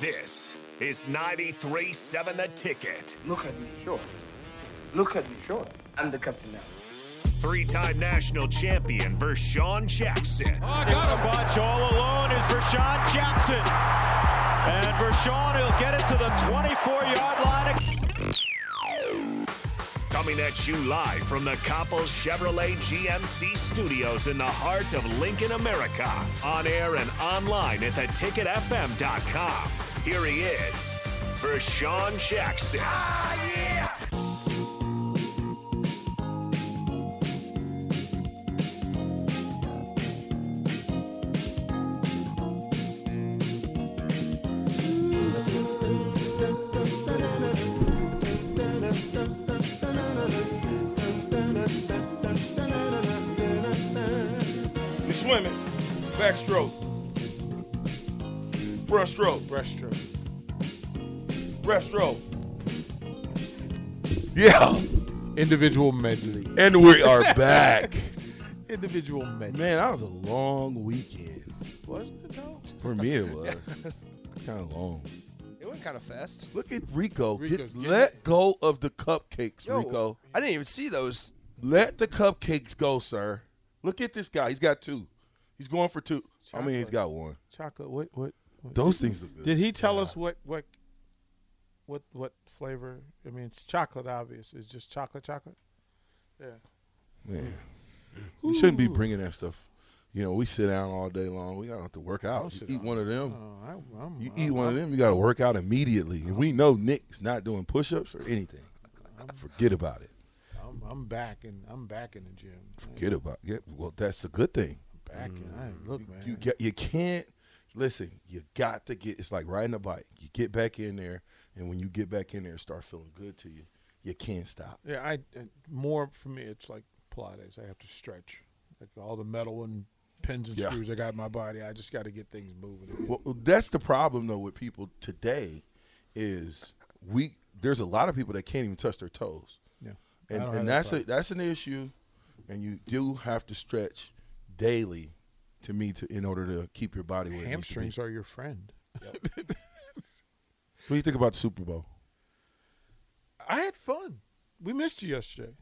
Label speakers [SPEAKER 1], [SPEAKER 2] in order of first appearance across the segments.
[SPEAKER 1] This is 93.7 The Ticket.
[SPEAKER 2] Look at me, sure. Look at me, sure. I'm the captain now.
[SPEAKER 1] Three time national champion Vershawn Jackson.
[SPEAKER 3] Oh, got a bunch all alone is Vershawn Jackson. And Vershawn, he'll get it to the 24-yard line.
[SPEAKER 1] Coming at you live from the Coppel Chevrolet GMC studios in the heart of Lincoln, America. On air and online at theticketfm.com. Here he is, Vershawn Jackson.
[SPEAKER 4] You're swimming. Backstroke. Front stroke.
[SPEAKER 2] Breaststroke.
[SPEAKER 4] Breaststroke. Yeah.
[SPEAKER 5] Individual medley.
[SPEAKER 4] And we are back.
[SPEAKER 5] Individual medley.
[SPEAKER 4] Man, that was a long weekend.
[SPEAKER 5] Wasn't it though?
[SPEAKER 4] For me, it was. kind of long.
[SPEAKER 6] It went kind of fast.
[SPEAKER 4] Look at Rico. Get-
[SPEAKER 5] Rico's getting
[SPEAKER 4] let go of the cupcakes, Rico.
[SPEAKER 6] I didn't even see those.
[SPEAKER 4] Let the cupcakes go, sir. Look at this guy. He's got two. He's going for two. I mean, he's got one.
[SPEAKER 5] Chocolate. What? What? what-
[SPEAKER 4] Those things look good.
[SPEAKER 5] Did he tell us what? What? What? What flavor? I mean, it's chocolate. Obvious. It's just chocolate. Chocolate.
[SPEAKER 4] Man, we shouldn't be bringing that stuff. You know, we sit down all day long. We don't have to work out. You
[SPEAKER 5] sit
[SPEAKER 4] eat
[SPEAKER 5] down.
[SPEAKER 4] one of them.
[SPEAKER 5] Oh, I, I'm,
[SPEAKER 4] You
[SPEAKER 5] I'm,
[SPEAKER 4] eat one of them, you got to work out immediately. And we know Nick's not doing push ups or anything. Forget about it.
[SPEAKER 5] I'm, I'm back and I'm back in the gym. I'm
[SPEAKER 4] Forget about it. Well, that's a good thing.
[SPEAKER 5] back in. I look, man.
[SPEAKER 4] You get, you can't listen. You got to get. It's like riding a bike. You get back in there, and when you get back in there, and start feeling good to you. You can't stop.
[SPEAKER 5] Yeah, I uh, more for me. It's like Pilates. I have to stretch. Like all the metal and pins and
[SPEAKER 4] Yeah.
[SPEAKER 5] screws I got in my body. I just got to get things moving. again.
[SPEAKER 4] Well, that's the problem though with people today, is we there's a lot of people that can't even touch their toes.
[SPEAKER 5] Yeah. I
[SPEAKER 4] and,
[SPEAKER 5] don't have
[SPEAKER 4] and
[SPEAKER 5] that
[SPEAKER 4] that's a,
[SPEAKER 5] problem.
[SPEAKER 4] that's an issue, and you do have to stretch daily, to me, to in order to keep your body where it needs to be.
[SPEAKER 5] Hamstrings are your friend.
[SPEAKER 4] What do you think about the Super Bowl?
[SPEAKER 5] I had fun. We missed you yesterday.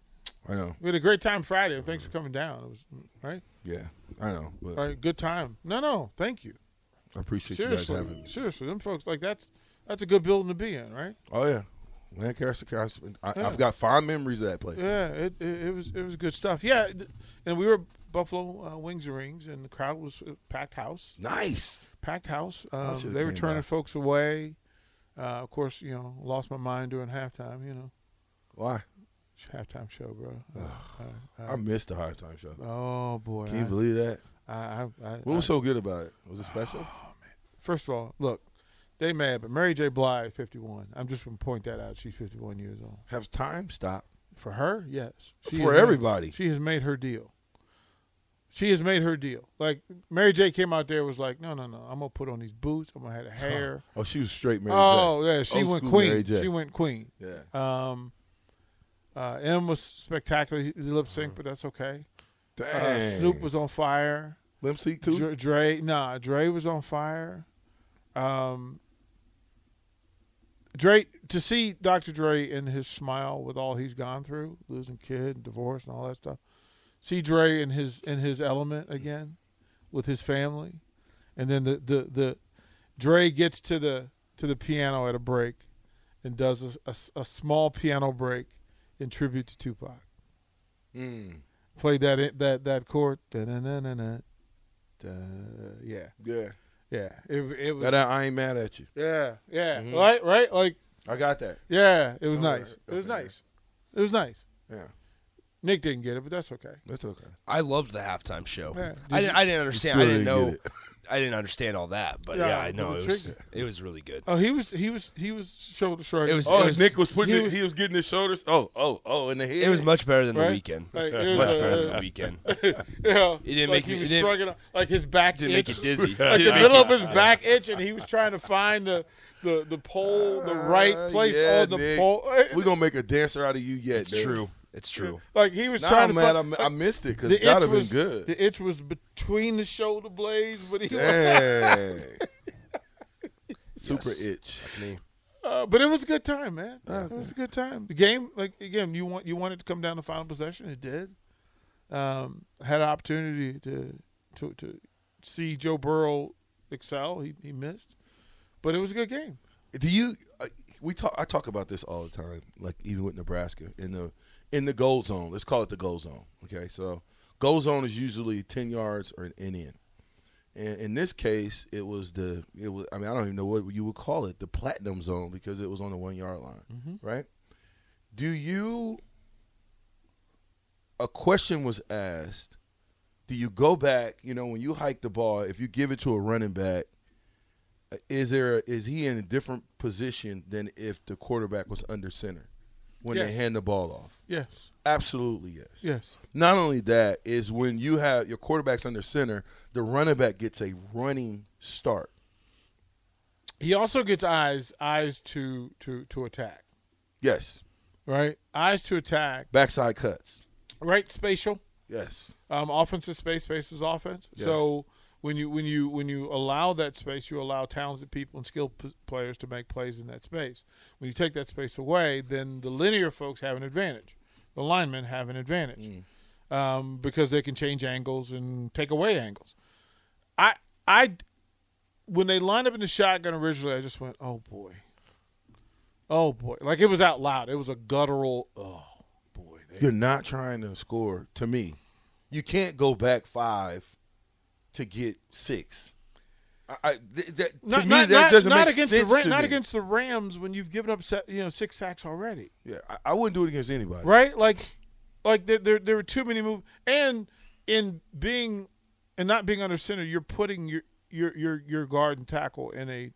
[SPEAKER 4] I know,
[SPEAKER 5] We had a great time Friday. and Thanks for coming down. It was right.
[SPEAKER 4] yeah, I know, but
[SPEAKER 5] All right, good time. No, no, thank you.
[SPEAKER 4] I appreciate you
[SPEAKER 5] seriously,
[SPEAKER 4] guys having me.
[SPEAKER 5] seriously, them folks like that's that's a good building to be in, right?
[SPEAKER 4] Oh yeah, Lancaster Castle. I,
[SPEAKER 5] Yeah.
[SPEAKER 4] I've got fond memories of that place.
[SPEAKER 5] Yeah, it, it, it was it was good stuff. Yeah, th- and we were Buffalo uh, Wings and Rings, and the crowd was uh, packed house,
[SPEAKER 4] Nice.
[SPEAKER 5] packed house.
[SPEAKER 4] I
[SPEAKER 5] Um,
[SPEAKER 4] should've
[SPEAKER 5] they were
[SPEAKER 4] came
[SPEAKER 5] turning
[SPEAKER 4] by.
[SPEAKER 5] folks away. Uh, of course, you know, lost my mind during halftime. You know,
[SPEAKER 4] Why?
[SPEAKER 5] halftime show, bro. Uh,
[SPEAKER 4] I
[SPEAKER 5] uh,
[SPEAKER 4] missed the hard time show.
[SPEAKER 5] uh, oh boy,
[SPEAKER 4] Can you believe that?
[SPEAKER 5] I, I, I,
[SPEAKER 4] What
[SPEAKER 5] I-
[SPEAKER 4] was so good about it? Was it special?
[SPEAKER 5] First of all, look, they mad, but Mary J. Blige, 51. I'm just going to point that out. She's 51 years old.
[SPEAKER 4] Have time stop
[SPEAKER 5] For her, yes.
[SPEAKER 4] for
[SPEAKER 5] She has made-
[SPEAKER 4] everybody.
[SPEAKER 5] she has made her deal. She has made her deal. Like, Mary J. came out there was like, no, no, no. I'm going to put on these boots. I'm going to have the hair.
[SPEAKER 4] Oh, she was straight Mary
[SPEAKER 5] oh,
[SPEAKER 4] J.
[SPEAKER 5] yeah. She
[SPEAKER 4] Old
[SPEAKER 5] went
[SPEAKER 4] school
[SPEAKER 5] queen.
[SPEAKER 4] Mary J.
[SPEAKER 5] She went queen.
[SPEAKER 4] Yeah.
[SPEAKER 5] Um, uh, M was spectacular. He lip
[SPEAKER 4] Uh-huh.
[SPEAKER 5] sync, but that's okay. Uh,
[SPEAKER 4] Dang.
[SPEAKER 5] Snoop was on fire.
[SPEAKER 4] Limp Sync too.
[SPEAKER 5] Dre, Dre, nah, Dre was on fire. Um, Dre, to see Dr. Dre in his smile with all he's gone through, losing kid, divorce, and all that stuff. See Dre in his in his element again, with his family, and then the the the Dre gets to the to the piano at a break, and does a- a, s- a small piano break in tribute to Tupac.
[SPEAKER 4] Mm.
[SPEAKER 5] Played that that that chord. da-na-na-na-na, da, yeah.
[SPEAKER 4] uh, Yeah.
[SPEAKER 5] Yeah, it it was.
[SPEAKER 4] That I I ain't mad at you.
[SPEAKER 5] yeah, yeah,
[SPEAKER 6] Mm-hmm.
[SPEAKER 5] right, right. Like,
[SPEAKER 4] I got that.
[SPEAKER 5] yeah, it was
[SPEAKER 4] Oh,
[SPEAKER 5] nice.
[SPEAKER 4] right.
[SPEAKER 5] It was
[SPEAKER 4] Okay.
[SPEAKER 5] nice. It was nice.
[SPEAKER 4] Yeah,
[SPEAKER 5] Nick didn't get it, but that's okay.
[SPEAKER 4] that's okay.
[SPEAKER 6] I loved the halftime show.
[SPEAKER 5] Yeah. Did
[SPEAKER 6] I, didn't, I didn't understand. I
[SPEAKER 4] still
[SPEAKER 6] didn't
[SPEAKER 4] didn't
[SPEAKER 6] know.
[SPEAKER 4] get it.
[SPEAKER 6] I didn't understand all that, but
[SPEAKER 5] Yeah,
[SPEAKER 6] yeah, I
[SPEAKER 5] but
[SPEAKER 6] know
[SPEAKER 5] the
[SPEAKER 6] it was.
[SPEAKER 5] trick-
[SPEAKER 6] It was really good.
[SPEAKER 5] Oh, he was, he was, he was shoulder
[SPEAKER 6] It
[SPEAKER 5] shrugging.
[SPEAKER 6] was-
[SPEAKER 4] Oh,
[SPEAKER 6] it was-
[SPEAKER 4] Nick was putting
[SPEAKER 5] he
[SPEAKER 4] it,
[SPEAKER 5] was-
[SPEAKER 4] he was getting his shoulders. Oh, oh, oh, in the head.
[SPEAKER 6] It was much better than
[SPEAKER 5] Right?
[SPEAKER 6] the weekend.
[SPEAKER 5] Like, it was,
[SPEAKER 6] much
[SPEAKER 5] uh,
[SPEAKER 6] better than the weekend. It
[SPEAKER 5] yeah,
[SPEAKER 6] It didn't
[SPEAKER 5] like
[SPEAKER 6] make
[SPEAKER 5] he
[SPEAKER 6] me-
[SPEAKER 5] was
[SPEAKER 6] it didn't-
[SPEAKER 5] shrugging, like his back
[SPEAKER 6] didn't make you
[SPEAKER 5] itched.
[SPEAKER 6] dizzy.
[SPEAKER 5] Like the
[SPEAKER 6] Didn't make
[SPEAKER 5] middle
[SPEAKER 6] you-
[SPEAKER 5] of his back itch, and he was trying to find the the the pole, the right
[SPEAKER 4] Uh,
[SPEAKER 5] place
[SPEAKER 4] yeah,
[SPEAKER 5] on the
[SPEAKER 4] Nick.
[SPEAKER 5] pole.
[SPEAKER 4] We're gonna make a dancer out of you yet.
[SPEAKER 6] It's true. It's true.
[SPEAKER 5] like he was
[SPEAKER 4] Now
[SPEAKER 5] trying
[SPEAKER 4] I'm
[SPEAKER 5] to
[SPEAKER 4] mad. I'm-
[SPEAKER 5] find.
[SPEAKER 4] I missed it because
[SPEAKER 5] the
[SPEAKER 4] that'd have
[SPEAKER 5] itch
[SPEAKER 4] been
[SPEAKER 5] was
[SPEAKER 4] good.
[SPEAKER 5] The itch was between the shoulder blades, but he was
[SPEAKER 4] Dang. Super
[SPEAKER 6] Yes.
[SPEAKER 4] itch.
[SPEAKER 6] That's me.
[SPEAKER 5] Uh, but it was a good time, man. It was a good time. The game, like again, you want you wanted to come down to final possession. It did. Um, had an opportunity to to to see Joe Burrow excel. He he missed, but it was a good game.
[SPEAKER 4] Do you? Uh, we talk. I talk about this all the time. Like even with Nebraska in the in the goal zone. Let's call it the goal zone. Okay, so goal zone is usually ten yards or an in in. And in this case, it was the it was. I mean, I don't even know what you would call it. The platinum zone because it was on the one yard line, right? Do you? A question was asked. Do you go back? You know, when you hike the ball, if you give it to a running back, uh, is there is he in a different position than if the quarterback was under center when they
[SPEAKER 5] Yes.
[SPEAKER 4] hand the ball off?
[SPEAKER 5] Yes,
[SPEAKER 4] Absolutely yes.
[SPEAKER 5] yes,
[SPEAKER 4] Not only that is when you have your quarterback's under center, the running back gets a running start.
[SPEAKER 5] he also gets eyes eyes to to to attack.
[SPEAKER 4] Yes,
[SPEAKER 5] Right, eyes to attack.
[SPEAKER 4] backside cuts.
[SPEAKER 5] Right, spatial.
[SPEAKER 4] Yes,
[SPEAKER 5] Um, offense is space. Space is offense.
[SPEAKER 4] Yes.
[SPEAKER 5] So when you when you when you allow that space, you allow talented people and skilled p- players to make plays in that space. When you take that space away, then the linear folks have an advantage. The linemen have an advantage um, because they can change angles and take away angles. I I when they lined up in the shotgun originally, I just went, oh boy, oh boy, like it was out loud. It was a guttural, oh boy. They
[SPEAKER 4] you're not trying to score. To me, you can't go back five to get six. I, I th- that, to
[SPEAKER 5] not,
[SPEAKER 4] me,
[SPEAKER 5] not,
[SPEAKER 4] that
[SPEAKER 5] not,
[SPEAKER 4] doesn't
[SPEAKER 5] not
[SPEAKER 4] make
[SPEAKER 5] against
[SPEAKER 4] sense
[SPEAKER 5] the Ra-
[SPEAKER 4] to
[SPEAKER 5] not
[SPEAKER 4] me.
[SPEAKER 5] against the Rams when you've given up se- you know six sacks already,
[SPEAKER 4] Yeah, I, I wouldn't do it against anybody.
[SPEAKER 5] right? Like, like there there, there were too many moves, and in being and not being under center, you're putting your your your your guard and tackle in a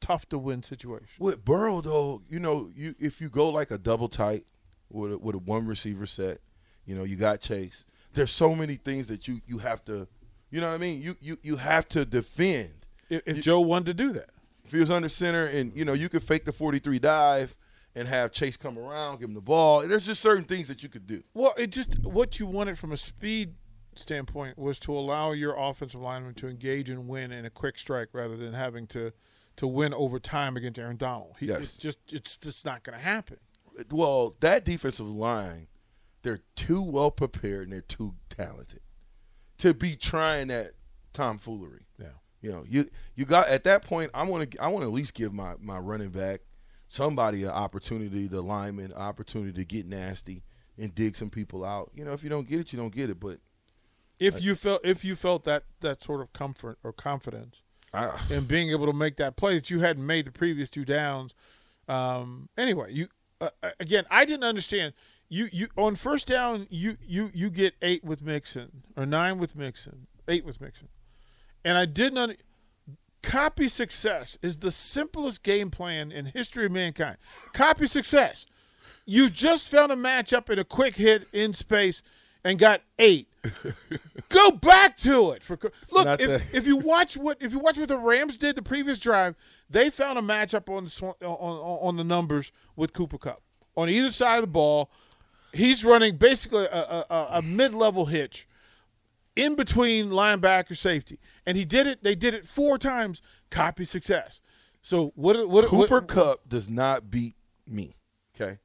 [SPEAKER 5] tough to win situation.
[SPEAKER 4] With Burrow though, you know, you if you go like a double tight with a, with a one receiver set, you know, you got Chase. There's so many things that you you have to, you know what I mean? You you you have to defend.
[SPEAKER 5] If, if Joe wanted to do that,
[SPEAKER 4] If he was under center and you know, you could fake the 43 dive and have Chase come around, give him the ball. There's just certain things that you could do.
[SPEAKER 5] well, it just what you wanted from a speed standpoint was to allow your offensive lineman to engage and win in a quick strike rather than having to. To win over time against Aaron Donald, he,
[SPEAKER 4] Yes.
[SPEAKER 5] it's just it's just not going to happen.
[SPEAKER 4] Well, that defensive line, they're too well prepared and they're too talented to be trying that tomfoolery.
[SPEAKER 5] Yeah.
[SPEAKER 4] You know, you you got at that point. I want to I want to at least give my my running back somebody an opportunity, the lineman an opportunity to get nasty and dig some people out. You know, if you don't get it, you don't get it. But
[SPEAKER 5] If you felt if you felt that that sort of comfort or confidence
[SPEAKER 4] I,
[SPEAKER 5] in being able to make that play that you hadn't made the previous two downs, um, anyway, you uh, uh, again I didn't understand you you on first down you you you get eight with Mixon or nine with Mixon eight with Mixon, and I didn't under, copy success is the simplest game plan in history of mankind. Copy success. You just found a matchup in a quick hit in space and got eight. Go back to it for look.
[SPEAKER 4] not
[SPEAKER 5] If,
[SPEAKER 4] that-
[SPEAKER 5] if you watch what if you watch what the Rams did the previous drive, they found a matchup on the sw- on, on on the numbers with Cooper Cup on either side of the ball. He's running basically a, a, a, a mid level hitch in between linebacker safety, and he did it. They did it four times. Copy success. So what? What? what-
[SPEAKER 4] Cooper Cup does not beat me. Okay,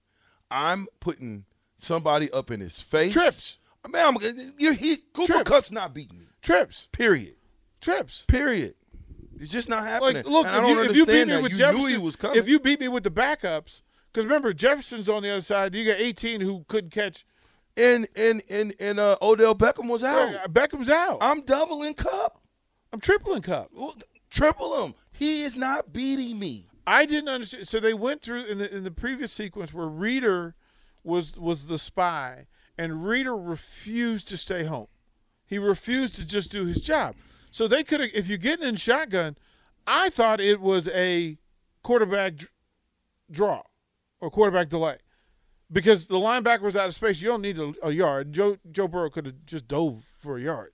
[SPEAKER 4] I'm putting somebody up in his face.
[SPEAKER 5] Trips.
[SPEAKER 4] man. I'm, you're, he Cooper
[SPEAKER 5] Trips.
[SPEAKER 4] Cup's not beating me.
[SPEAKER 5] trips?
[SPEAKER 4] Period.
[SPEAKER 5] Trips.
[SPEAKER 4] Period. It's just not happening.
[SPEAKER 5] Like, look,
[SPEAKER 4] And I
[SPEAKER 5] if
[SPEAKER 4] don't
[SPEAKER 5] you, if you beat
[SPEAKER 4] understand
[SPEAKER 5] me
[SPEAKER 4] that.
[SPEAKER 5] with
[SPEAKER 4] you
[SPEAKER 5] Jefferson,
[SPEAKER 4] knew he was coming.
[SPEAKER 5] if you beat me with the backups, because remember Jefferson's on the other side. You got 18 who couldn't catch.
[SPEAKER 4] and and and and uh, Odell Beckham was out.
[SPEAKER 5] uh, Beckham's out. I'm,
[SPEAKER 4] I'm doubling Cup,
[SPEAKER 5] tripling cup.
[SPEAKER 4] triple him. He is not beating me.
[SPEAKER 5] I didn't understand. So they went through in the in the previous sequence where Reader was was the spy, and Reader refused to stay home. He refused to just do his job. So they could have, if you're getting in shotgun, I thought it was a quarterback dr- draw or quarterback delay because the linebacker was out of space. You don't need a, a yard. Joe Joe Burrow could have just dove for a yard.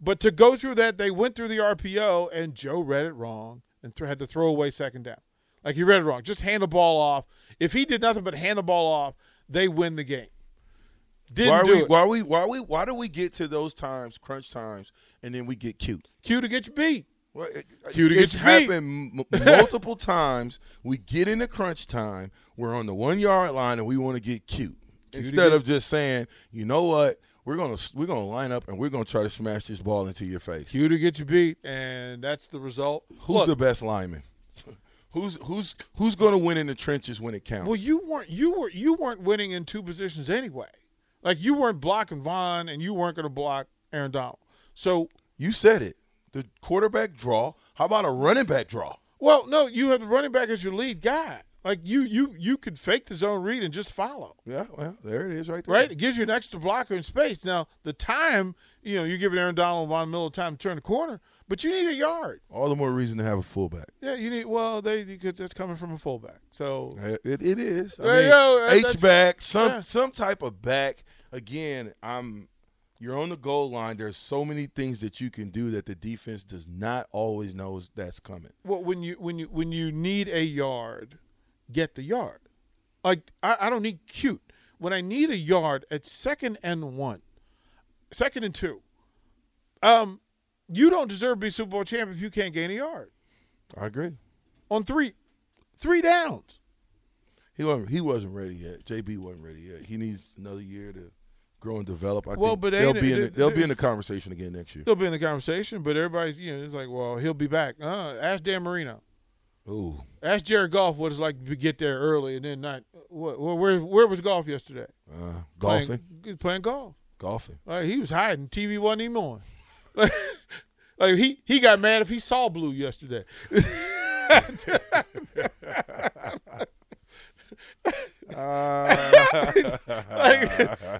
[SPEAKER 5] But to go through that, they went through the RPO, and Joe read it wrong and th- had to throw away second down. Like he read it wrong. Just hand the ball off. If he did nothing but hand the ball off, they win the game. Didn't
[SPEAKER 4] Why are
[SPEAKER 5] do
[SPEAKER 4] we?
[SPEAKER 5] it.
[SPEAKER 4] Why are we? Why are we? Why do we get to those times, crunch times, and then we get cute?
[SPEAKER 5] Cue to get your beat.
[SPEAKER 4] Well, it, uh,
[SPEAKER 5] Cue to get
[SPEAKER 4] it's
[SPEAKER 5] your feet.
[SPEAKER 4] happened m- multiple times. We get into crunch time. We're on the one yard line, and we want to get cute instead of just saying, you know what, we're gonna s- we're gonna line up and we're gonna try to smash this ball into your face.
[SPEAKER 5] Cue to get you beat, and that's the result.
[SPEAKER 4] Who's
[SPEAKER 5] Look,
[SPEAKER 4] the best lineman? Who's who's who's gonna win in the trenches when it counts?
[SPEAKER 5] Well, you weren't you were you weren't winning in two positions anyway. Like you weren't blocking Vaughn, and you weren't going to block Aaron Donald. So,
[SPEAKER 4] you said it. The quarterback draw. How about a running back draw?
[SPEAKER 5] well, no, you have the running back as your lead guy. Like you you you could fake the zone read and just follow.
[SPEAKER 4] Yeah, well, there it is, right there.
[SPEAKER 5] Right, it gives you an extra blocker in space. Now the time, you know, you're giving Aaron Donald and Von Miller time to turn the corner, but you need a yard.
[SPEAKER 4] All the more reason to have a fullback.
[SPEAKER 5] Yeah, you need. Well, they because that's coming from a fullback. So
[SPEAKER 4] Uh, It, it is. I
[SPEAKER 5] Yeah,
[SPEAKER 4] mean,
[SPEAKER 5] yeah, that- uh, that's-
[SPEAKER 4] H back, some
[SPEAKER 5] yeah.
[SPEAKER 4] some type of back. Again, I'm. You're on the goal line. There's so many things that you can do that the defense does not always know is- that's coming.
[SPEAKER 5] well, when you when you when you need a yard, get the yard. Like I, I don't need cute. When I need a yard at second and one, second and two, um, you don't deserve to be Super Bowl champ if you can't gain a yard
[SPEAKER 4] I agree.
[SPEAKER 5] on three, three downs.
[SPEAKER 4] He wasn't. He wasn't ready yet. JB wasn't ready yet. He needs another year to grow and develop. I
[SPEAKER 5] Well,
[SPEAKER 4] think
[SPEAKER 5] but
[SPEAKER 4] they'll
[SPEAKER 5] ain't
[SPEAKER 4] be
[SPEAKER 5] it-
[SPEAKER 4] in. The,
[SPEAKER 5] th-
[SPEAKER 4] they'll be
[SPEAKER 5] th-
[SPEAKER 4] in the conversation again next year.
[SPEAKER 5] They'll be in the conversation, but everybody's you know it's like, well, he'll be back. Uh, ask Dan Marino.
[SPEAKER 4] Ooh,
[SPEAKER 5] Ask Jared Goff what it's like to get there early and then not. What, where where was Goff yesterday?
[SPEAKER 4] uh, golfing,
[SPEAKER 5] Playing, he's playing golf.
[SPEAKER 4] golfing.
[SPEAKER 5] Like he was hiding. TV wasn't even on. Like, like he he got mad if he saw blue yesterday. like,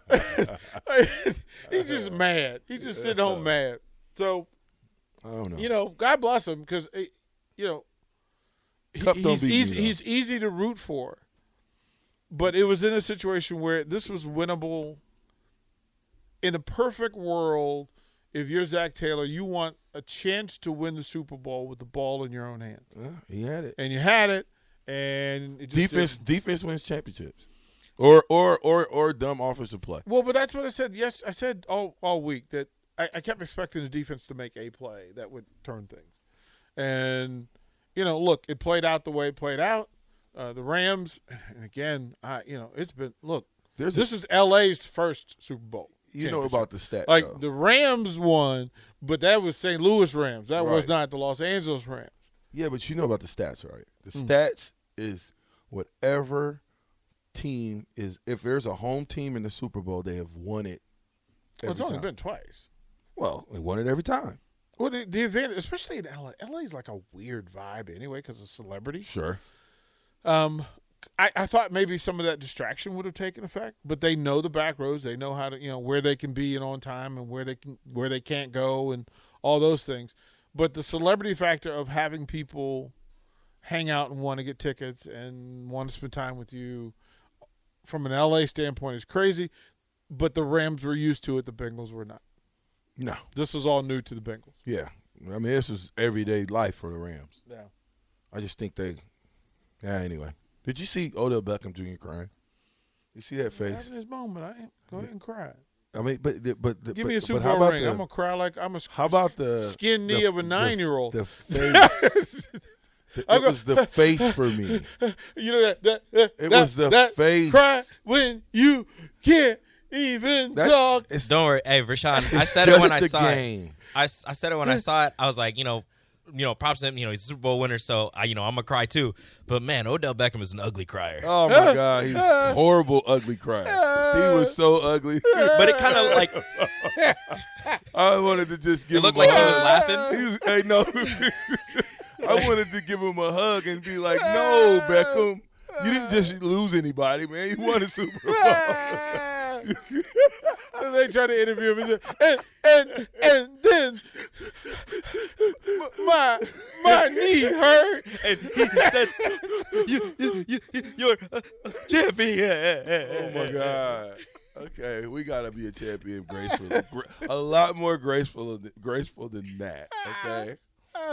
[SPEAKER 5] like, he's just mad. He's just sitting home mad. So
[SPEAKER 4] I don't know.
[SPEAKER 5] you know, God bless him because you know he-
[SPEAKER 4] Cup don't
[SPEAKER 5] he's
[SPEAKER 4] beat me,
[SPEAKER 5] easy,
[SPEAKER 4] though.
[SPEAKER 5] he's easy to root for. But it was in a situation where this was winnable. In a perfect world, if you're Zach Taylor, you want a chance to win the Super Bowl with the ball in your own hand,
[SPEAKER 4] Yeah, he had it.
[SPEAKER 5] and you had it. And it just
[SPEAKER 4] Defense.
[SPEAKER 5] didn't-
[SPEAKER 4] Defense wins championships. Or or or or dumb offensive play.
[SPEAKER 5] Well, but that's what I said. Yes, I said all all week that I, I kept expecting the defense to make a play that would turn things. And you know, look, it played out the way it played out. Uh, the Rams, and again, I you know, it's been look.
[SPEAKER 4] There's a-
[SPEAKER 5] this is LA's first Super Bowl.
[SPEAKER 4] You know
[SPEAKER 5] championship.
[SPEAKER 4] about the stat.
[SPEAKER 5] like
[SPEAKER 4] though.
[SPEAKER 5] the Rams won, but that was St. Louis Rams. That was
[SPEAKER 4] Right.
[SPEAKER 5] not the Los Angeles Rams.
[SPEAKER 4] Yeah, but you know about the stats, right? The
[SPEAKER 5] Hmm.
[SPEAKER 4] stats is whatever team is. If there's a home team in the Super Bowl, they have won it.
[SPEAKER 5] Well, it's
[SPEAKER 4] every
[SPEAKER 5] only
[SPEAKER 4] time.
[SPEAKER 5] been twice.
[SPEAKER 4] well, they won it every time.
[SPEAKER 5] Well, the, the advantage, especially in LA, LA's like a weird vibe anyway because of celebrity.
[SPEAKER 4] Sure.
[SPEAKER 5] Um, I, I thought maybe some of that distraction would have taken effect, but they know the back roads. They know how to, you know, where they can be and on time, and where they can, where they can't go, and all those things. But the celebrity factor of having people hang out and want to get tickets and want to spend time with you, from an LA standpoint, is crazy. But the Rams were used to it; the Bengals were not.
[SPEAKER 4] No.
[SPEAKER 5] This was all new to the Bengals.
[SPEAKER 4] Yeah. I mean, this is everyday life for the Rams.
[SPEAKER 5] Yeah.
[SPEAKER 4] I just think they. Yeah. Anyway, did you see Odell Beckham Jr. crying? You see that face?
[SPEAKER 5] Having this moment, I ain't go ahead and cry.
[SPEAKER 4] I mean, but the- but the-
[SPEAKER 5] Give
[SPEAKER 4] but,
[SPEAKER 5] me a Super
[SPEAKER 4] but how
[SPEAKER 5] Bowl
[SPEAKER 4] about
[SPEAKER 5] ring.
[SPEAKER 4] the-
[SPEAKER 5] I'm gonna cry like I'm a.
[SPEAKER 4] how about the
[SPEAKER 5] skin knee
[SPEAKER 4] the-
[SPEAKER 5] of a
[SPEAKER 4] the-
[SPEAKER 5] nine-year-old?
[SPEAKER 4] The face. it
[SPEAKER 5] I'm
[SPEAKER 4] was the face for me.
[SPEAKER 5] You know that that, that
[SPEAKER 4] It
[SPEAKER 5] that-
[SPEAKER 4] was the
[SPEAKER 5] that
[SPEAKER 4] face.
[SPEAKER 5] Cry when you can't even
[SPEAKER 4] That-
[SPEAKER 5] talk.
[SPEAKER 4] it's
[SPEAKER 7] Don't worry, hey Rashawn. I
[SPEAKER 4] It's
[SPEAKER 7] said it
[SPEAKER 4] just
[SPEAKER 7] when I
[SPEAKER 4] the
[SPEAKER 7] saw it.
[SPEAKER 4] game.
[SPEAKER 7] I, s- I said it when I saw it. I was like, you know, you know, props to him. You know, he's a Super Bowl winner, so I, you know, I'm gonna cry too. But man, Odell Beckham is an ugly crier.
[SPEAKER 4] Oh my god, he's horrible, ugly cry. He was so ugly.
[SPEAKER 7] But it kind of like
[SPEAKER 4] I wanted to just give.
[SPEAKER 7] it looked
[SPEAKER 4] him
[SPEAKER 7] like
[SPEAKER 4] a
[SPEAKER 7] he was
[SPEAKER 4] hug.
[SPEAKER 7] laughing.
[SPEAKER 4] He was- hey, no. I wanted to give him a hug and be like, "No, Beckham, you didn't just lose anybody, man. You won a Super Bowl."
[SPEAKER 5] and they try to interview him and, say, and and and then my my knee hurt.
[SPEAKER 7] And he said, "You, you, you, you're a champion."
[SPEAKER 4] oh my god. Okay, we gotta be a champion gracefully. Gra- a lot more graceful, than, graceful than that. Okay,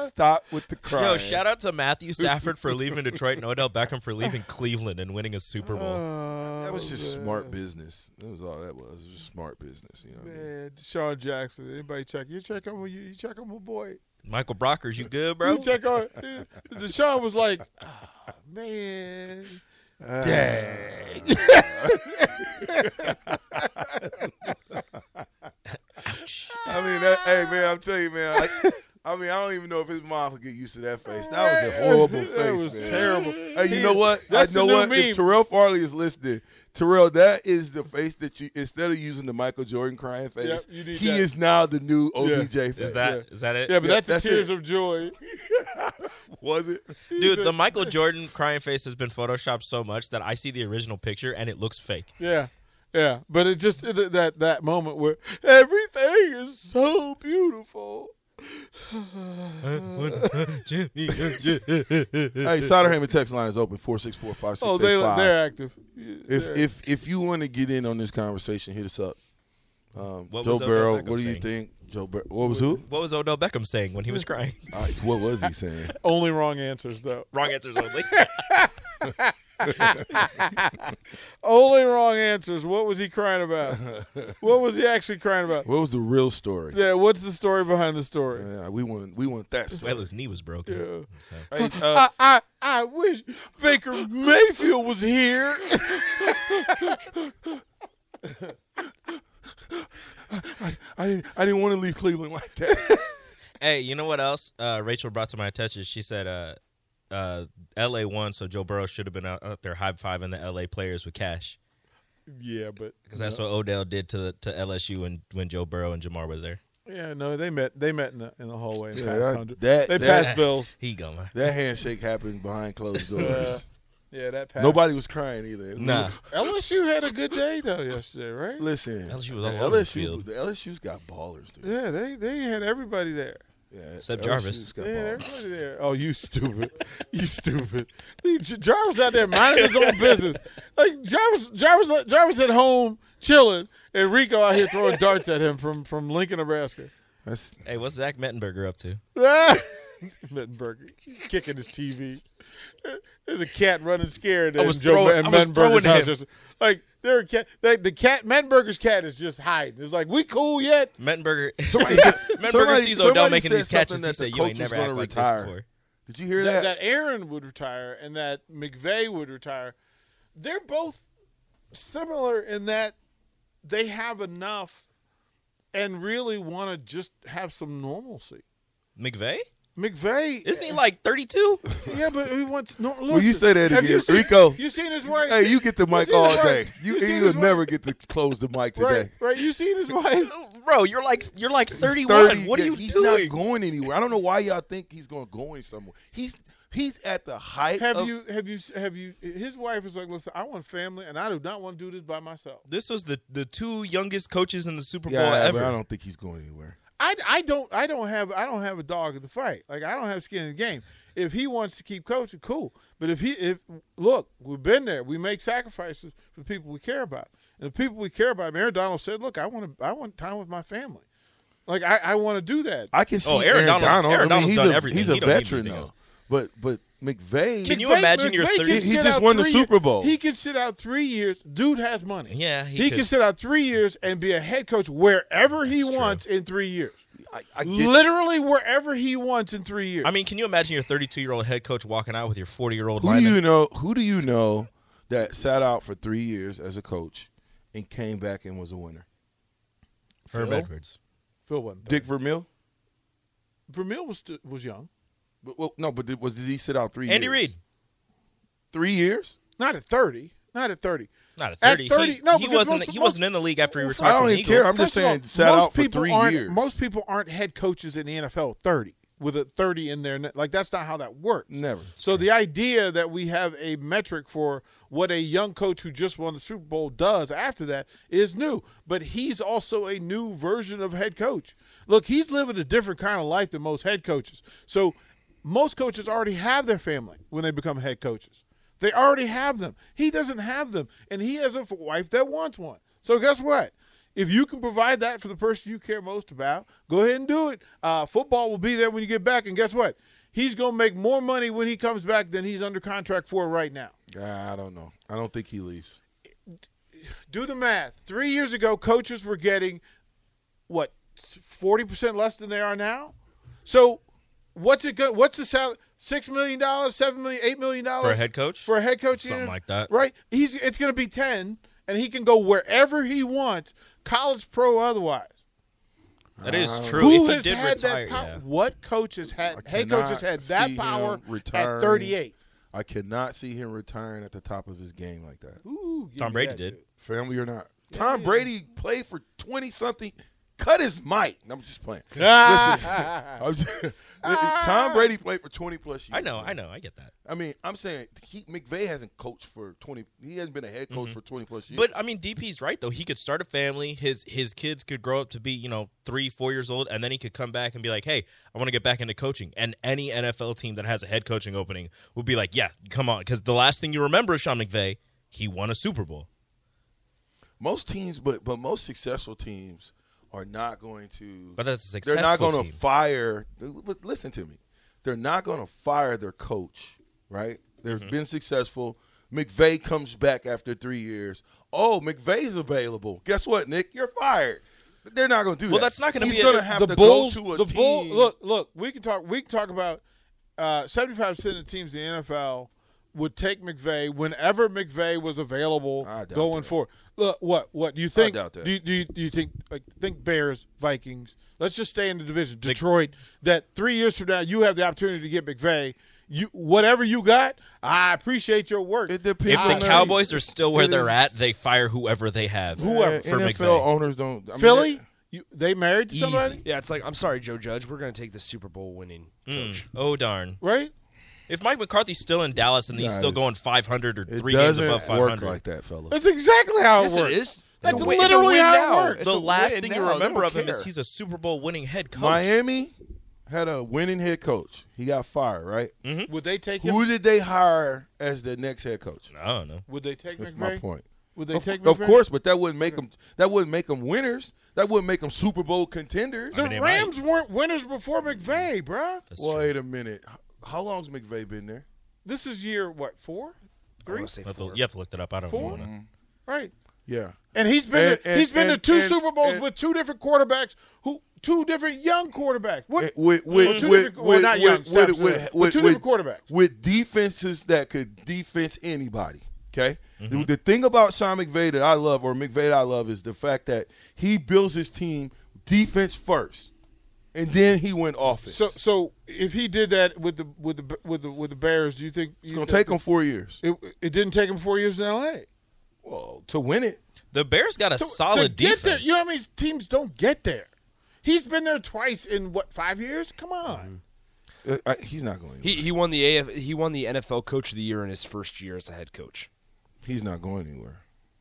[SPEAKER 4] stop with the crying.
[SPEAKER 7] Yo, shout out to Matthew Stafford for leaving Detroit and Odell Beckham for leaving Cleveland and winning a Super Bowl.
[SPEAKER 5] Uh.
[SPEAKER 4] That was just smart business. That was all that was. It was just smart business. You know. what I mean?
[SPEAKER 5] Man, Deshaun Jackson. Anybody check? You check on you, you check on my boy.
[SPEAKER 7] Michael Brockers, you good, bro?
[SPEAKER 5] You check on Deshaun was like, "Ah, man, dang.
[SPEAKER 4] I mean, that, hey man, I'm telling you, man. I, I mean, I don't even know if his mom could get used to that face. That was a horrible face.
[SPEAKER 5] That was
[SPEAKER 4] man.
[SPEAKER 5] terrible.
[SPEAKER 4] Hey, you
[SPEAKER 5] He-
[SPEAKER 4] know what?
[SPEAKER 5] that's
[SPEAKER 4] I know
[SPEAKER 5] the new
[SPEAKER 4] what.
[SPEAKER 5] meme.
[SPEAKER 4] If Terrell Farley is listening, Terrell, that is the face that you instead of using the Michael Jordan crying face,
[SPEAKER 5] Yep, you need
[SPEAKER 4] he
[SPEAKER 5] that.
[SPEAKER 4] is now the new OBJ face.
[SPEAKER 7] Is that is that it?
[SPEAKER 5] Yeah, but
[SPEAKER 4] Yeah,
[SPEAKER 5] that's, the
[SPEAKER 4] that's
[SPEAKER 5] tears
[SPEAKER 4] it.
[SPEAKER 5] of joy.
[SPEAKER 4] Yeah. was it?
[SPEAKER 7] Dude, the Michael Jordan crying face has been photoshopped so much that I see the original picture and it looks fake.
[SPEAKER 5] Yeah, yeah. But it's just it- that that moment where everything is so beautiful.
[SPEAKER 4] hey, Soderham text line is open four six four five six
[SPEAKER 5] Oh,
[SPEAKER 4] eight
[SPEAKER 5] they
[SPEAKER 4] five.
[SPEAKER 5] they're active.
[SPEAKER 4] If
[SPEAKER 5] They're-
[SPEAKER 4] if if you want to get in on this conversation, hit us up. Um,
[SPEAKER 7] What
[SPEAKER 4] Joe
[SPEAKER 7] was Odell
[SPEAKER 4] Burrow,
[SPEAKER 7] Beckham
[SPEAKER 4] what do you
[SPEAKER 7] saying?
[SPEAKER 4] think? Joe Burrow, what was who?
[SPEAKER 7] What was Odell Beckham saying when he was crying?
[SPEAKER 4] All right, what was he saying?
[SPEAKER 5] only wrong answers though.
[SPEAKER 7] Wrong answers only.
[SPEAKER 5] Only wrong answers. What was he crying about? what was he actually crying about?
[SPEAKER 4] What was the real story?
[SPEAKER 5] Yeah, what's the story behind the story?
[SPEAKER 4] Yeah, we want we want that story.
[SPEAKER 7] well, his knee was broken. So.
[SPEAKER 4] Hey,
[SPEAKER 5] I, I I wish Baker Mayfield was here.
[SPEAKER 4] I didn't I didn't want to leave Cleveland like that.
[SPEAKER 7] Hey, you know what else uh, Rachel brought to my attention? She said uh, uh, LA won, so Joe Burrow should have been out, out there high fiving the LA players with cash.
[SPEAKER 5] Yeah, but
[SPEAKER 7] Because that's what Odell did to the, to LSU when, when Joe Burrow and Jamar was there.
[SPEAKER 5] yeah, no, they met they met in the in the hallway. and
[SPEAKER 4] Yeah,
[SPEAKER 5] passed
[SPEAKER 4] that-
[SPEAKER 5] hundred-
[SPEAKER 4] that-
[SPEAKER 5] they
[SPEAKER 4] that-
[SPEAKER 5] passed bills.
[SPEAKER 7] He go, man.
[SPEAKER 4] that handshake happened behind closed
[SPEAKER 5] Uh,
[SPEAKER 4] doors.
[SPEAKER 5] yeah, that passed.
[SPEAKER 4] Nobody was crying either.
[SPEAKER 7] Nah.
[SPEAKER 5] LSU had a good day though yesterday, right?
[SPEAKER 4] Listen,
[SPEAKER 7] LSU was
[SPEAKER 4] the
[SPEAKER 7] all over the
[SPEAKER 4] LSU,
[SPEAKER 7] field.
[SPEAKER 4] the LSU's got ballers, dude.
[SPEAKER 5] Yeah, they they had everybody there.
[SPEAKER 4] Yeah,
[SPEAKER 7] Except
[SPEAKER 4] LSU's
[SPEAKER 7] Jarvis.
[SPEAKER 4] got
[SPEAKER 5] They had
[SPEAKER 4] ballers.
[SPEAKER 5] everybody there. Oh, you stupid! you stupid! Leave J- Jarvis out there minding his own business. Like Jarvis, Jarvis, Jarvis at home chilling, and Rico out here throwing darts at him from from Lincoln, Nebraska.
[SPEAKER 4] That's
[SPEAKER 7] Hey, what's Zach Mettenberger up to?
[SPEAKER 5] Ah! Mettenberger kicking his TV. There's a cat running scared.
[SPEAKER 7] I
[SPEAKER 5] at
[SPEAKER 7] was
[SPEAKER 5] Joe
[SPEAKER 7] throwing-
[SPEAKER 5] and
[SPEAKER 7] I was
[SPEAKER 5] Mettenberger's
[SPEAKER 7] throwing
[SPEAKER 5] house.
[SPEAKER 7] him.
[SPEAKER 5] Just- Like there, cat. Like the cat. Mettenberger's cat is just hiding. It's like we cool yet?
[SPEAKER 7] Mettenberger,
[SPEAKER 4] Somebody said-
[SPEAKER 7] Mettenberger
[SPEAKER 4] somebody-
[SPEAKER 7] sees Odell
[SPEAKER 4] somebody
[SPEAKER 7] making
[SPEAKER 4] said
[SPEAKER 7] these catches.
[SPEAKER 4] something
[SPEAKER 7] He
[SPEAKER 4] that the
[SPEAKER 7] said, "You
[SPEAKER 4] coach
[SPEAKER 7] ain't
[SPEAKER 4] was
[SPEAKER 7] never act
[SPEAKER 4] gonna
[SPEAKER 7] like
[SPEAKER 4] retire."
[SPEAKER 7] this before."
[SPEAKER 4] Did you hear
[SPEAKER 5] that,
[SPEAKER 4] that?
[SPEAKER 5] that Aaron would retire and that McVay would retire. They're both similar in that they have enough and really want to just have some normalcy.
[SPEAKER 7] McVay?
[SPEAKER 5] McVay
[SPEAKER 7] Isn't he like 32?
[SPEAKER 5] Yeah, but he wants no. Listen,
[SPEAKER 4] Well, you say that
[SPEAKER 5] have
[SPEAKER 4] again,
[SPEAKER 5] you seen,
[SPEAKER 4] Rico.
[SPEAKER 5] You seen his wife?
[SPEAKER 4] Hey, you get the mic
[SPEAKER 5] seen
[SPEAKER 4] all
[SPEAKER 5] his
[SPEAKER 4] day.
[SPEAKER 5] wife?
[SPEAKER 4] You,
[SPEAKER 5] You seen
[SPEAKER 4] you would
[SPEAKER 5] his wife?
[SPEAKER 4] never Oh. get to close the mic today.
[SPEAKER 5] right, right. You seen his wife?
[SPEAKER 7] Bro, you're like you're like
[SPEAKER 4] He's
[SPEAKER 7] 31.
[SPEAKER 4] 30.
[SPEAKER 7] what are
[SPEAKER 4] Yeah,
[SPEAKER 7] you
[SPEAKER 4] he's
[SPEAKER 7] doing?
[SPEAKER 4] not going anywhere. I don't know why y'all think he's going going somewhere. He's he's at the height.
[SPEAKER 5] Have
[SPEAKER 4] of,
[SPEAKER 5] you? Have you? Have you? His wife was like, "Listen, I want family, and I do not want to do this by myself.
[SPEAKER 7] this was the the two youngest coaches in the Super Bowl
[SPEAKER 4] Yeah,
[SPEAKER 7] ever.
[SPEAKER 4] but I don't think he's going anywhere.
[SPEAKER 5] I, I don't I don't have I don't have a dog in the fight. Like I don't have skin in the game. If he wants to keep coaching, cool. But if he if look, we've been there. We make sacrifices for the people we care about. And the people we care about, Aaron Donald said, "Look, I want to I want time with my family. Like I, I want to do that."
[SPEAKER 4] I can see
[SPEAKER 7] Oh, Aaron Donald's-
[SPEAKER 4] Donald. I
[SPEAKER 7] Aaron
[SPEAKER 4] mean,
[SPEAKER 7] Donald's
[SPEAKER 4] he's
[SPEAKER 7] done
[SPEAKER 4] a,
[SPEAKER 7] everything.
[SPEAKER 4] He's a
[SPEAKER 7] He don't need
[SPEAKER 4] veteran
[SPEAKER 7] anything
[SPEAKER 4] though.
[SPEAKER 7] else.
[SPEAKER 4] But but McVay.
[SPEAKER 7] Can you
[SPEAKER 5] McVay-
[SPEAKER 7] imagine your
[SPEAKER 5] McVay can
[SPEAKER 7] 30
[SPEAKER 4] He- he
[SPEAKER 5] sit
[SPEAKER 4] just
[SPEAKER 5] out
[SPEAKER 4] won the
[SPEAKER 5] three
[SPEAKER 4] Super
[SPEAKER 5] years-
[SPEAKER 4] Bowl.
[SPEAKER 5] He can sit out three years. Dude has money.
[SPEAKER 7] Yeah,
[SPEAKER 5] he,
[SPEAKER 7] he
[SPEAKER 5] can
[SPEAKER 7] could.
[SPEAKER 5] sit out three years and be a head coach wherever he
[SPEAKER 7] That's true.
[SPEAKER 5] wants in three years.
[SPEAKER 4] I, I get-
[SPEAKER 5] Literally wherever he wants in three years.
[SPEAKER 7] I mean, can you imagine your 32 year old head coach walking out with your 40 year old
[SPEAKER 4] who do
[SPEAKER 7] lineman?
[SPEAKER 4] you know? Who do you know that sat out for three years as a coach and came back and was a winner?
[SPEAKER 7] Herm
[SPEAKER 4] Phil?
[SPEAKER 7] Edwards.
[SPEAKER 5] Phil wasn't.
[SPEAKER 4] Dick Vermeil.
[SPEAKER 5] Vermeil was st- was young.
[SPEAKER 4] But, well, no, but did, was did he sit out three?
[SPEAKER 7] Andy
[SPEAKER 4] years?
[SPEAKER 7] Reid.
[SPEAKER 4] Three years.
[SPEAKER 5] Not at thirty. Not at thirty.
[SPEAKER 7] Not at
[SPEAKER 5] At
[SPEAKER 7] 30.
[SPEAKER 5] 30
[SPEAKER 7] he,
[SPEAKER 5] no,
[SPEAKER 7] he
[SPEAKER 5] because
[SPEAKER 7] wasn't
[SPEAKER 5] most-
[SPEAKER 7] he wasn't in the league after he
[SPEAKER 5] Well,
[SPEAKER 7] retired
[SPEAKER 4] I
[SPEAKER 7] from
[SPEAKER 4] don't
[SPEAKER 7] the
[SPEAKER 4] even care.
[SPEAKER 7] Eagles.
[SPEAKER 4] I'm just
[SPEAKER 5] First of
[SPEAKER 4] saying,
[SPEAKER 5] all,
[SPEAKER 4] sat
[SPEAKER 5] most
[SPEAKER 4] out for
[SPEAKER 5] people
[SPEAKER 4] three
[SPEAKER 5] aren't-
[SPEAKER 4] years.
[SPEAKER 5] Most people aren't head coaches in the NFL at thirty with a thirty in their ne- like that's not how that works.
[SPEAKER 4] Never.
[SPEAKER 5] So the idea that we have a metric for what a young coach who just won the Super Bowl does after that is new. But he's also a new version of head coach. Look, he's living a different kind of life than most head coaches. So most coaches already have their family when they become head coaches. They already have them. He doesn't have them, and he has a f- wife that wants one. So guess what? If you can provide that for the person you care most about, go ahead and do it. Uh, football will be there when you get back, and guess what? He's gonna make more money when he comes back than he's under contract for right now.
[SPEAKER 4] I don't know. I don't think he leaves.
[SPEAKER 5] Do the math. Three years ago, coaches were getting what forty percent less than they are now. So What's it good? What's the salary? Six million dollars, seven million, eight million dollars
[SPEAKER 7] For a head coach?
[SPEAKER 5] For a head coach,
[SPEAKER 7] Something
[SPEAKER 5] yeah.
[SPEAKER 7] like that.
[SPEAKER 5] right? He's it's going to be ten, and he can go wherever he wants, college, pro, otherwise.
[SPEAKER 7] That is true.
[SPEAKER 5] Who
[SPEAKER 7] if he
[SPEAKER 5] has
[SPEAKER 7] did
[SPEAKER 5] had
[SPEAKER 7] retire,
[SPEAKER 5] that power?
[SPEAKER 7] yeah.
[SPEAKER 5] What coach has had?
[SPEAKER 4] I
[SPEAKER 5] Head coach
[SPEAKER 4] cannot
[SPEAKER 5] has had
[SPEAKER 4] see
[SPEAKER 5] that
[SPEAKER 4] him
[SPEAKER 5] power
[SPEAKER 4] retiring.
[SPEAKER 5] at thirty-eight.
[SPEAKER 4] I cannot see him retiring at the top of his game like that.
[SPEAKER 5] Ooh, give
[SPEAKER 7] Tom
[SPEAKER 5] me
[SPEAKER 7] Brady
[SPEAKER 5] that,
[SPEAKER 7] did.
[SPEAKER 5] dude.
[SPEAKER 4] Family or not, Tom Brady played for twenty something. Cut his mic. I'm just playing. I'm just- Tom Brady played for twenty plus years.
[SPEAKER 7] I know, I know, I get that.
[SPEAKER 4] I mean, I'm saying he, McVay hasn't coached for twenty. He hasn't been a head coach for twenty plus years.
[SPEAKER 7] Mm-hmm. But I mean, DP's right though. He could start a family. His his kids could grow up to be you know three, four years old, and then he could come back and be like, "Hey, I want to get back into coaching." And any NFL team that has a head coaching opening would be like, "Yeah, come on," because the last thing you remember is Sean McVay. He won a Super Bowl.
[SPEAKER 4] most teams, but but most successful teams are not going to.
[SPEAKER 7] But that's a
[SPEAKER 4] they're not
[SPEAKER 7] successful
[SPEAKER 4] gonna
[SPEAKER 7] team.
[SPEAKER 4] fire. But listen to me, they're not going to fire their coach. Right? They've
[SPEAKER 7] Mm-hmm.
[SPEAKER 4] been successful. McVay comes back after three years. Oh, McVay's available. Guess what, Nick? You're fired. They're not going to do
[SPEAKER 7] Well,
[SPEAKER 4] that.
[SPEAKER 7] that's not gonna
[SPEAKER 4] He's
[SPEAKER 7] be a-
[SPEAKER 4] gonna have
[SPEAKER 5] the
[SPEAKER 4] to
[SPEAKER 5] Bulls.
[SPEAKER 4] go to a
[SPEAKER 5] the
[SPEAKER 4] team.
[SPEAKER 5] Bulls. Look, look. We can talk. We can talk about uh, seventy-five percent of the teams in the NFL would take McVay whenever McVay was available
[SPEAKER 4] I doubt
[SPEAKER 5] going
[SPEAKER 4] that.
[SPEAKER 5] forward. Look, what what you think?
[SPEAKER 4] doubt that.
[SPEAKER 5] Do you, do you, do you think like, think Bears, Vikings? Let's just stay in the division. Detroit. That three years from now, you have the opportunity to get McVay. You whatever you got, I appreciate your work.
[SPEAKER 4] It depends.
[SPEAKER 7] If
[SPEAKER 4] on
[SPEAKER 7] the
[SPEAKER 4] their-
[SPEAKER 7] Cowboys are still where
[SPEAKER 4] It
[SPEAKER 7] they're
[SPEAKER 4] is-
[SPEAKER 7] at, they fire whoever they have
[SPEAKER 5] Whoever.
[SPEAKER 7] for
[SPEAKER 4] NFL
[SPEAKER 7] McVay.
[SPEAKER 4] owners don't. I mean,
[SPEAKER 5] Philly, you, they married to
[SPEAKER 7] Easy.
[SPEAKER 5] somebody,
[SPEAKER 6] Yeah, it's like I'm sorry, Joe Judge. We're going to take the Super Bowl winning coach.
[SPEAKER 7] Oh darn!
[SPEAKER 5] right?
[SPEAKER 7] If Mike McCarthy's still in Dallas and he's
[SPEAKER 4] Nah,
[SPEAKER 7] still
[SPEAKER 4] it's-
[SPEAKER 7] going 500 or
[SPEAKER 4] It
[SPEAKER 7] three games
[SPEAKER 4] doesn't
[SPEAKER 7] above 500,
[SPEAKER 4] work like that, fella.
[SPEAKER 5] That's exactly how
[SPEAKER 6] Yes,
[SPEAKER 5] it works.
[SPEAKER 6] it is.
[SPEAKER 5] That's
[SPEAKER 6] It's a win- it's a
[SPEAKER 5] literally
[SPEAKER 6] win
[SPEAKER 5] how it
[SPEAKER 6] now.
[SPEAKER 5] works.
[SPEAKER 6] It's
[SPEAKER 7] the
[SPEAKER 6] a
[SPEAKER 7] last
[SPEAKER 6] win
[SPEAKER 7] thing
[SPEAKER 6] now.
[SPEAKER 7] you
[SPEAKER 6] They
[SPEAKER 7] remember
[SPEAKER 6] don't
[SPEAKER 7] of him is
[SPEAKER 6] care.
[SPEAKER 7] he's a Super Bowl winning head coach.
[SPEAKER 4] Miami had a winning head coach. He got fired, right?
[SPEAKER 6] Mm-hmm.
[SPEAKER 5] Would they take
[SPEAKER 7] Mm-hmm.
[SPEAKER 5] him?
[SPEAKER 4] Who did they hire as the next head coach?
[SPEAKER 7] I don't know.
[SPEAKER 5] Would they take
[SPEAKER 4] That's
[SPEAKER 5] McVay?
[SPEAKER 4] my point.
[SPEAKER 5] Would they
[SPEAKER 4] of,
[SPEAKER 5] take McVay?
[SPEAKER 4] of course, but that wouldn't make them. That wouldn't make them winners. That wouldn't make them Super Bowl contenders.
[SPEAKER 5] The
[SPEAKER 7] mean, they might.
[SPEAKER 5] Rams weren't winners before McVay, bruh.
[SPEAKER 7] That's true.
[SPEAKER 4] Wait a minute. H- How long's McVay been there?
[SPEAKER 5] This is year what four,
[SPEAKER 6] I
[SPEAKER 5] three,
[SPEAKER 6] wanna say
[SPEAKER 7] You have to-
[SPEAKER 6] four.
[SPEAKER 7] you have to look that up. I don't
[SPEAKER 5] Four?
[SPEAKER 7] want to.
[SPEAKER 4] Mm.
[SPEAKER 5] right?
[SPEAKER 4] Yeah.
[SPEAKER 5] And he's been
[SPEAKER 4] And-
[SPEAKER 5] to, he's
[SPEAKER 4] and-
[SPEAKER 5] been
[SPEAKER 4] and-
[SPEAKER 5] to two
[SPEAKER 4] and-
[SPEAKER 5] Super Bowls
[SPEAKER 4] and-
[SPEAKER 5] with two different quarterbacks, who two different young quarterbacks.
[SPEAKER 4] Eh,
[SPEAKER 5] What?
[SPEAKER 4] With with
[SPEAKER 5] Well, two
[SPEAKER 4] with
[SPEAKER 5] different- well,
[SPEAKER 4] with
[SPEAKER 5] not young,
[SPEAKER 4] with
[SPEAKER 5] stop
[SPEAKER 4] with-
[SPEAKER 5] saying
[SPEAKER 4] with-
[SPEAKER 5] that. But
[SPEAKER 4] with-
[SPEAKER 5] two
[SPEAKER 4] with-
[SPEAKER 5] different quarterbacks.
[SPEAKER 4] with defenses that could defense anybody. Okay.
[SPEAKER 5] Mm-hmm.
[SPEAKER 4] The, the thing about Sean McVay that I love, or McVay that I love, is the fact that he builds his team defense first, and then he went offense.
[SPEAKER 5] So so if he did that with the with the with the with the Bears, do you think
[SPEAKER 4] it's gonna take him four years
[SPEAKER 5] It, it didn't take him four years in L.A.
[SPEAKER 4] well, to win it.
[SPEAKER 7] The Bears got a
[SPEAKER 5] To- to
[SPEAKER 7] solid
[SPEAKER 5] get
[SPEAKER 7] defense.
[SPEAKER 5] There, you know how many teams don't get there? He's been there twice in what five years? Come on.
[SPEAKER 4] Uh, I, he's not going.
[SPEAKER 6] He he won the AF, he won the NFL Coach of the Year in his first year as a head coach.
[SPEAKER 4] he's not going anywhere.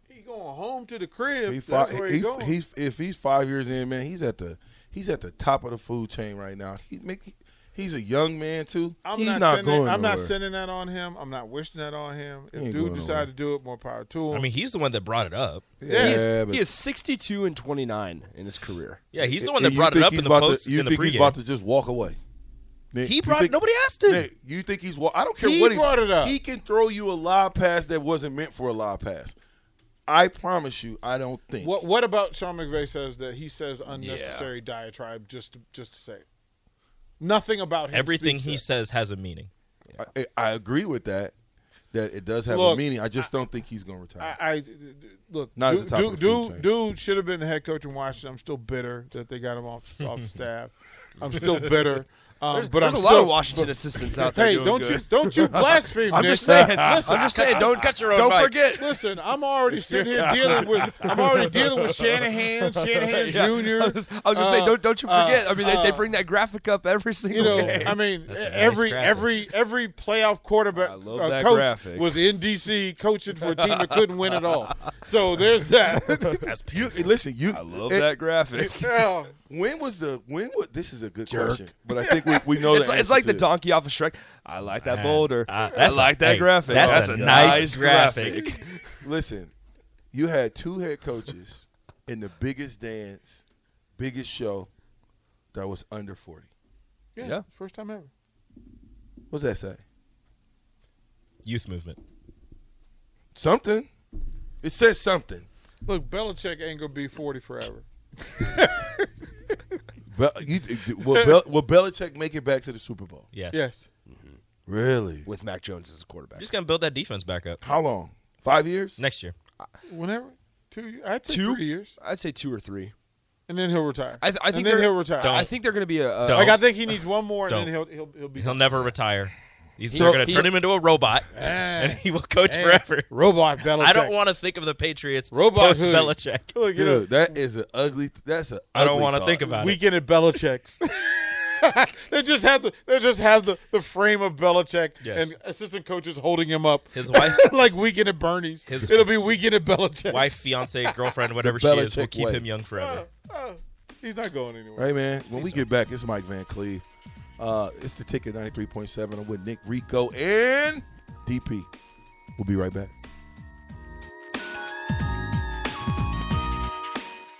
[SPEAKER 5] He going home to the crib.
[SPEAKER 4] He fi-
[SPEAKER 5] That's where he,
[SPEAKER 4] he-
[SPEAKER 5] going.
[SPEAKER 4] he's if he's five years in, man, he's at the he's at the top of the food chain right now. He make he's a young man too.
[SPEAKER 5] I'm
[SPEAKER 4] he's
[SPEAKER 5] not,
[SPEAKER 4] not,
[SPEAKER 5] sending,
[SPEAKER 4] going.
[SPEAKER 5] I'm not
[SPEAKER 4] nowhere.
[SPEAKER 5] sending that on him. I'm not wishing that on him.
[SPEAKER 4] He
[SPEAKER 5] If
[SPEAKER 4] ain't
[SPEAKER 5] dude
[SPEAKER 4] going nowhere.
[SPEAKER 5] decided to do it, more power to him.
[SPEAKER 7] I mean, he's the one that brought it up.
[SPEAKER 4] Yeah,
[SPEAKER 6] he is,
[SPEAKER 4] but-
[SPEAKER 6] he is 62 and 29 in his career.
[SPEAKER 7] Yeah, he's the one
[SPEAKER 4] And
[SPEAKER 7] that
[SPEAKER 4] you
[SPEAKER 7] brought it
[SPEAKER 4] think
[SPEAKER 7] up
[SPEAKER 4] he's
[SPEAKER 7] in the
[SPEAKER 4] about
[SPEAKER 7] post
[SPEAKER 4] To, you
[SPEAKER 7] in the
[SPEAKER 4] think he's about
[SPEAKER 7] pregame.
[SPEAKER 4] to just walk away? Nick,
[SPEAKER 7] He
[SPEAKER 4] you
[SPEAKER 7] brought.
[SPEAKER 4] think-
[SPEAKER 7] Nobody asked him.
[SPEAKER 4] Nick, you think he's? Wa- I don't care
[SPEAKER 5] He
[SPEAKER 4] what he
[SPEAKER 5] brought it up.
[SPEAKER 4] He can throw you a lob pass that wasn't meant for a lob pass. I promise you, I don't think.
[SPEAKER 5] what what about Sean McVay says that he says unnecessary diatribe just to, just to say it? nothing about him.
[SPEAKER 7] Everything he
[SPEAKER 5] speaks
[SPEAKER 7] says has a meaning.
[SPEAKER 4] I, I agree with that. That it does have a
[SPEAKER 5] Look,
[SPEAKER 4] meaning. I just don't think he's going to
[SPEAKER 5] that.
[SPEAKER 4] retire.
[SPEAKER 5] I, I- d- d- look.
[SPEAKER 4] Not at
[SPEAKER 5] dude,
[SPEAKER 4] the top of
[SPEAKER 5] dude,
[SPEAKER 4] the food
[SPEAKER 5] dude,
[SPEAKER 4] chain.
[SPEAKER 5] dude should have been the head coach in Washington. I'm still bitter that they got him off off the staff. I'm still bitter. Um,
[SPEAKER 6] There's,
[SPEAKER 5] but
[SPEAKER 6] there's
[SPEAKER 5] I'm
[SPEAKER 6] a
[SPEAKER 5] still,
[SPEAKER 6] lot of Washington assistants out there.
[SPEAKER 5] Hey,
[SPEAKER 6] doing
[SPEAKER 5] don't
[SPEAKER 6] good.
[SPEAKER 5] you don't you blaspheme,
[SPEAKER 6] I'm
[SPEAKER 5] Nick.
[SPEAKER 6] just saying.
[SPEAKER 5] Listen,
[SPEAKER 6] I'm just saying. Don't
[SPEAKER 7] cut your own
[SPEAKER 6] Don't
[SPEAKER 7] mic.
[SPEAKER 6] forget.
[SPEAKER 5] Listen, I'm already sitting here dealing with I'm already dealing with Shanahan, Shanahan
[SPEAKER 6] Yeah.
[SPEAKER 5] Jr.
[SPEAKER 6] I was just, I was just saying,
[SPEAKER 5] Uh,
[SPEAKER 6] don't don't you
[SPEAKER 5] uh,
[SPEAKER 6] forget. I mean, they, they
[SPEAKER 5] uh,
[SPEAKER 6] bring that graphic up every single
[SPEAKER 5] you know,
[SPEAKER 6] day.
[SPEAKER 5] I mean,
[SPEAKER 7] That's a nice
[SPEAKER 5] every
[SPEAKER 7] graphic.
[SPEAKER 5] every every playoff quarterback
[SPEAKER 6] I love
[SPEAKER 5] uh,
[SPEAKER 6] that
[SPEAKER 5] coach
[SPEAKER 6] graphic.
[SPEAKER 5] was in DC coaching for a team that couldn't win at all. So there's that.
[SPEAKER 7] That's
[SPEAKER 4] You listen. You
[SPEAKER 6] I love
[SPEAKER 4] it-
[SPEAKER 6] that graphic.
[SPEAKER 5] Oh,
[SPEAKER 4] When was the when? Was, this is a good question, but I think we, we know
[SPEAKER 6] It's,
[SPEAKER 4] the
[SPEAKER 6] like- it's
[SPEAKER 4] answer
[SPEAKER 6] like
[SPEAKER 4] to
[SPEAKER 6] the
[SPEAKER 4] this.
[SPEAKER 6] donkey off of Shrek. I like that boulder.
[SPEAKER 7] uh,
[SPEAKER 6] I
[SPEAKER 7] that's a-
[SPEAKER 6] like that
[SPEAKER 7] hey,
[SPEAKER 6] graphic.
[SPEAKER 7] that's
[SPEAKER 6] that's
[SPEAKER 7] a nice graphic.
[SPEAKER 4] Listen, you had two head coaches in the biggest dance, biggest show that was under 40.
[SPEAKER 5] yeah,
[SPEAKER 6] Yeah.
[SPEAKER 5] first time ever.
[SPEAKER 4] What's that say?
[SPEAKER 7] Youth movement.
[SPEAKER 4] Something. It says something.
[SPEAKER 5] Look, Belichick ain't gonna be 40 forever.
[SPEAKER 4] Bel- you, will, Bel- will Belichick make it back to the Super Bowl?
[SPEAKER 7] Yes.
[SPEAKER 5] Yes.
[SPEAKER 4] Really?
[SPEAKER 6] with Mac Jones as a quarterback.
[SPEAKER 7] Just gonna build that defense back up
[SPEAKER 4] How long? Five years?
[SPEAKER 7] next year.
[SPEAKER 5] Whenever two, years. I'd say
[SPEAKER 6] Two?
[SPEAKER 5] three years,
[SPEAKER 6] I'd say two or three.
[SPEAKER 5] and then he'll retire.
[SPEAKER 6] I, th- I
[SPEAKER 5] And
[SPEAKER 6] think
[SPEAKER 5] then
[SPEAKER 6] they're-
[SPEAKER 5] he'll retire.
[SPEAKER 7] Don't.
[SPEAKER 6] I think they're going to be a. a
[SPEAKER 7] Don't.
[SPEAKER 5] Like I think he needs one more, and
[SPEAKER 7] Don't.
[SPEAKER 5] then he'll he'll he'll be
[SPEAKER 7] He'll never retire. He's
[SPEAKER 6] He-
[SPEAKER 7] they're gonna
[SPEAKER 6] he-
[SPEAKER 7] turn him into a robot, and
[SPEAKER 5] and
[SPEAKER 7] he will coach forever.
[SPEAKER 5] robot Belichick.
[SPEAKER 7] I don't want to think of the Patriots
[SPEAKER 5] Robot
[SPEAKER 7] post
[SPEAKER 5] hood.
[SPEAKER 7] Belichick.
[SPEAKER 5] Look, you know,
[SPEAKER 4] Dude, that is an ugly. That's an.
[SPEAKER 7] I don't
[SPEAKER 4] ugly
[SPEAKER 7] want to
[SPEAKER 4] thought.
[SPEAKER 7] think about it.
[SPEAKER 5] weekend at Belichick's. they just have the they just have the, the frame of Belichick
[SPEAKER 7] Yes.
[SPEAKER 5] and assistant coaches holding him up.
[SPEAKER 7] His wife-
[SPEAKER 5] like weekend at Bernie's.
[SPEAKER 7] His-
[SPEAKER 5] It'll be weekend at Belichick's. Oh,
[SPEAKER 7] Wife, fiance, girlfriend, whatever she is, will
[SPEAKER 4] Belichick
[SPEAKER 7] keep
[SPEAKER 4] way.
[SPEAKER 7] him young forever.
[SPEAKER 5] He's not going anywhere.
[SPEAKER 4] Hey man, when we get back, it's Mike Van Cleve. Uh, it's the ticket ninety three point seven. I'm with Nick Rico and DP. We'll be right back.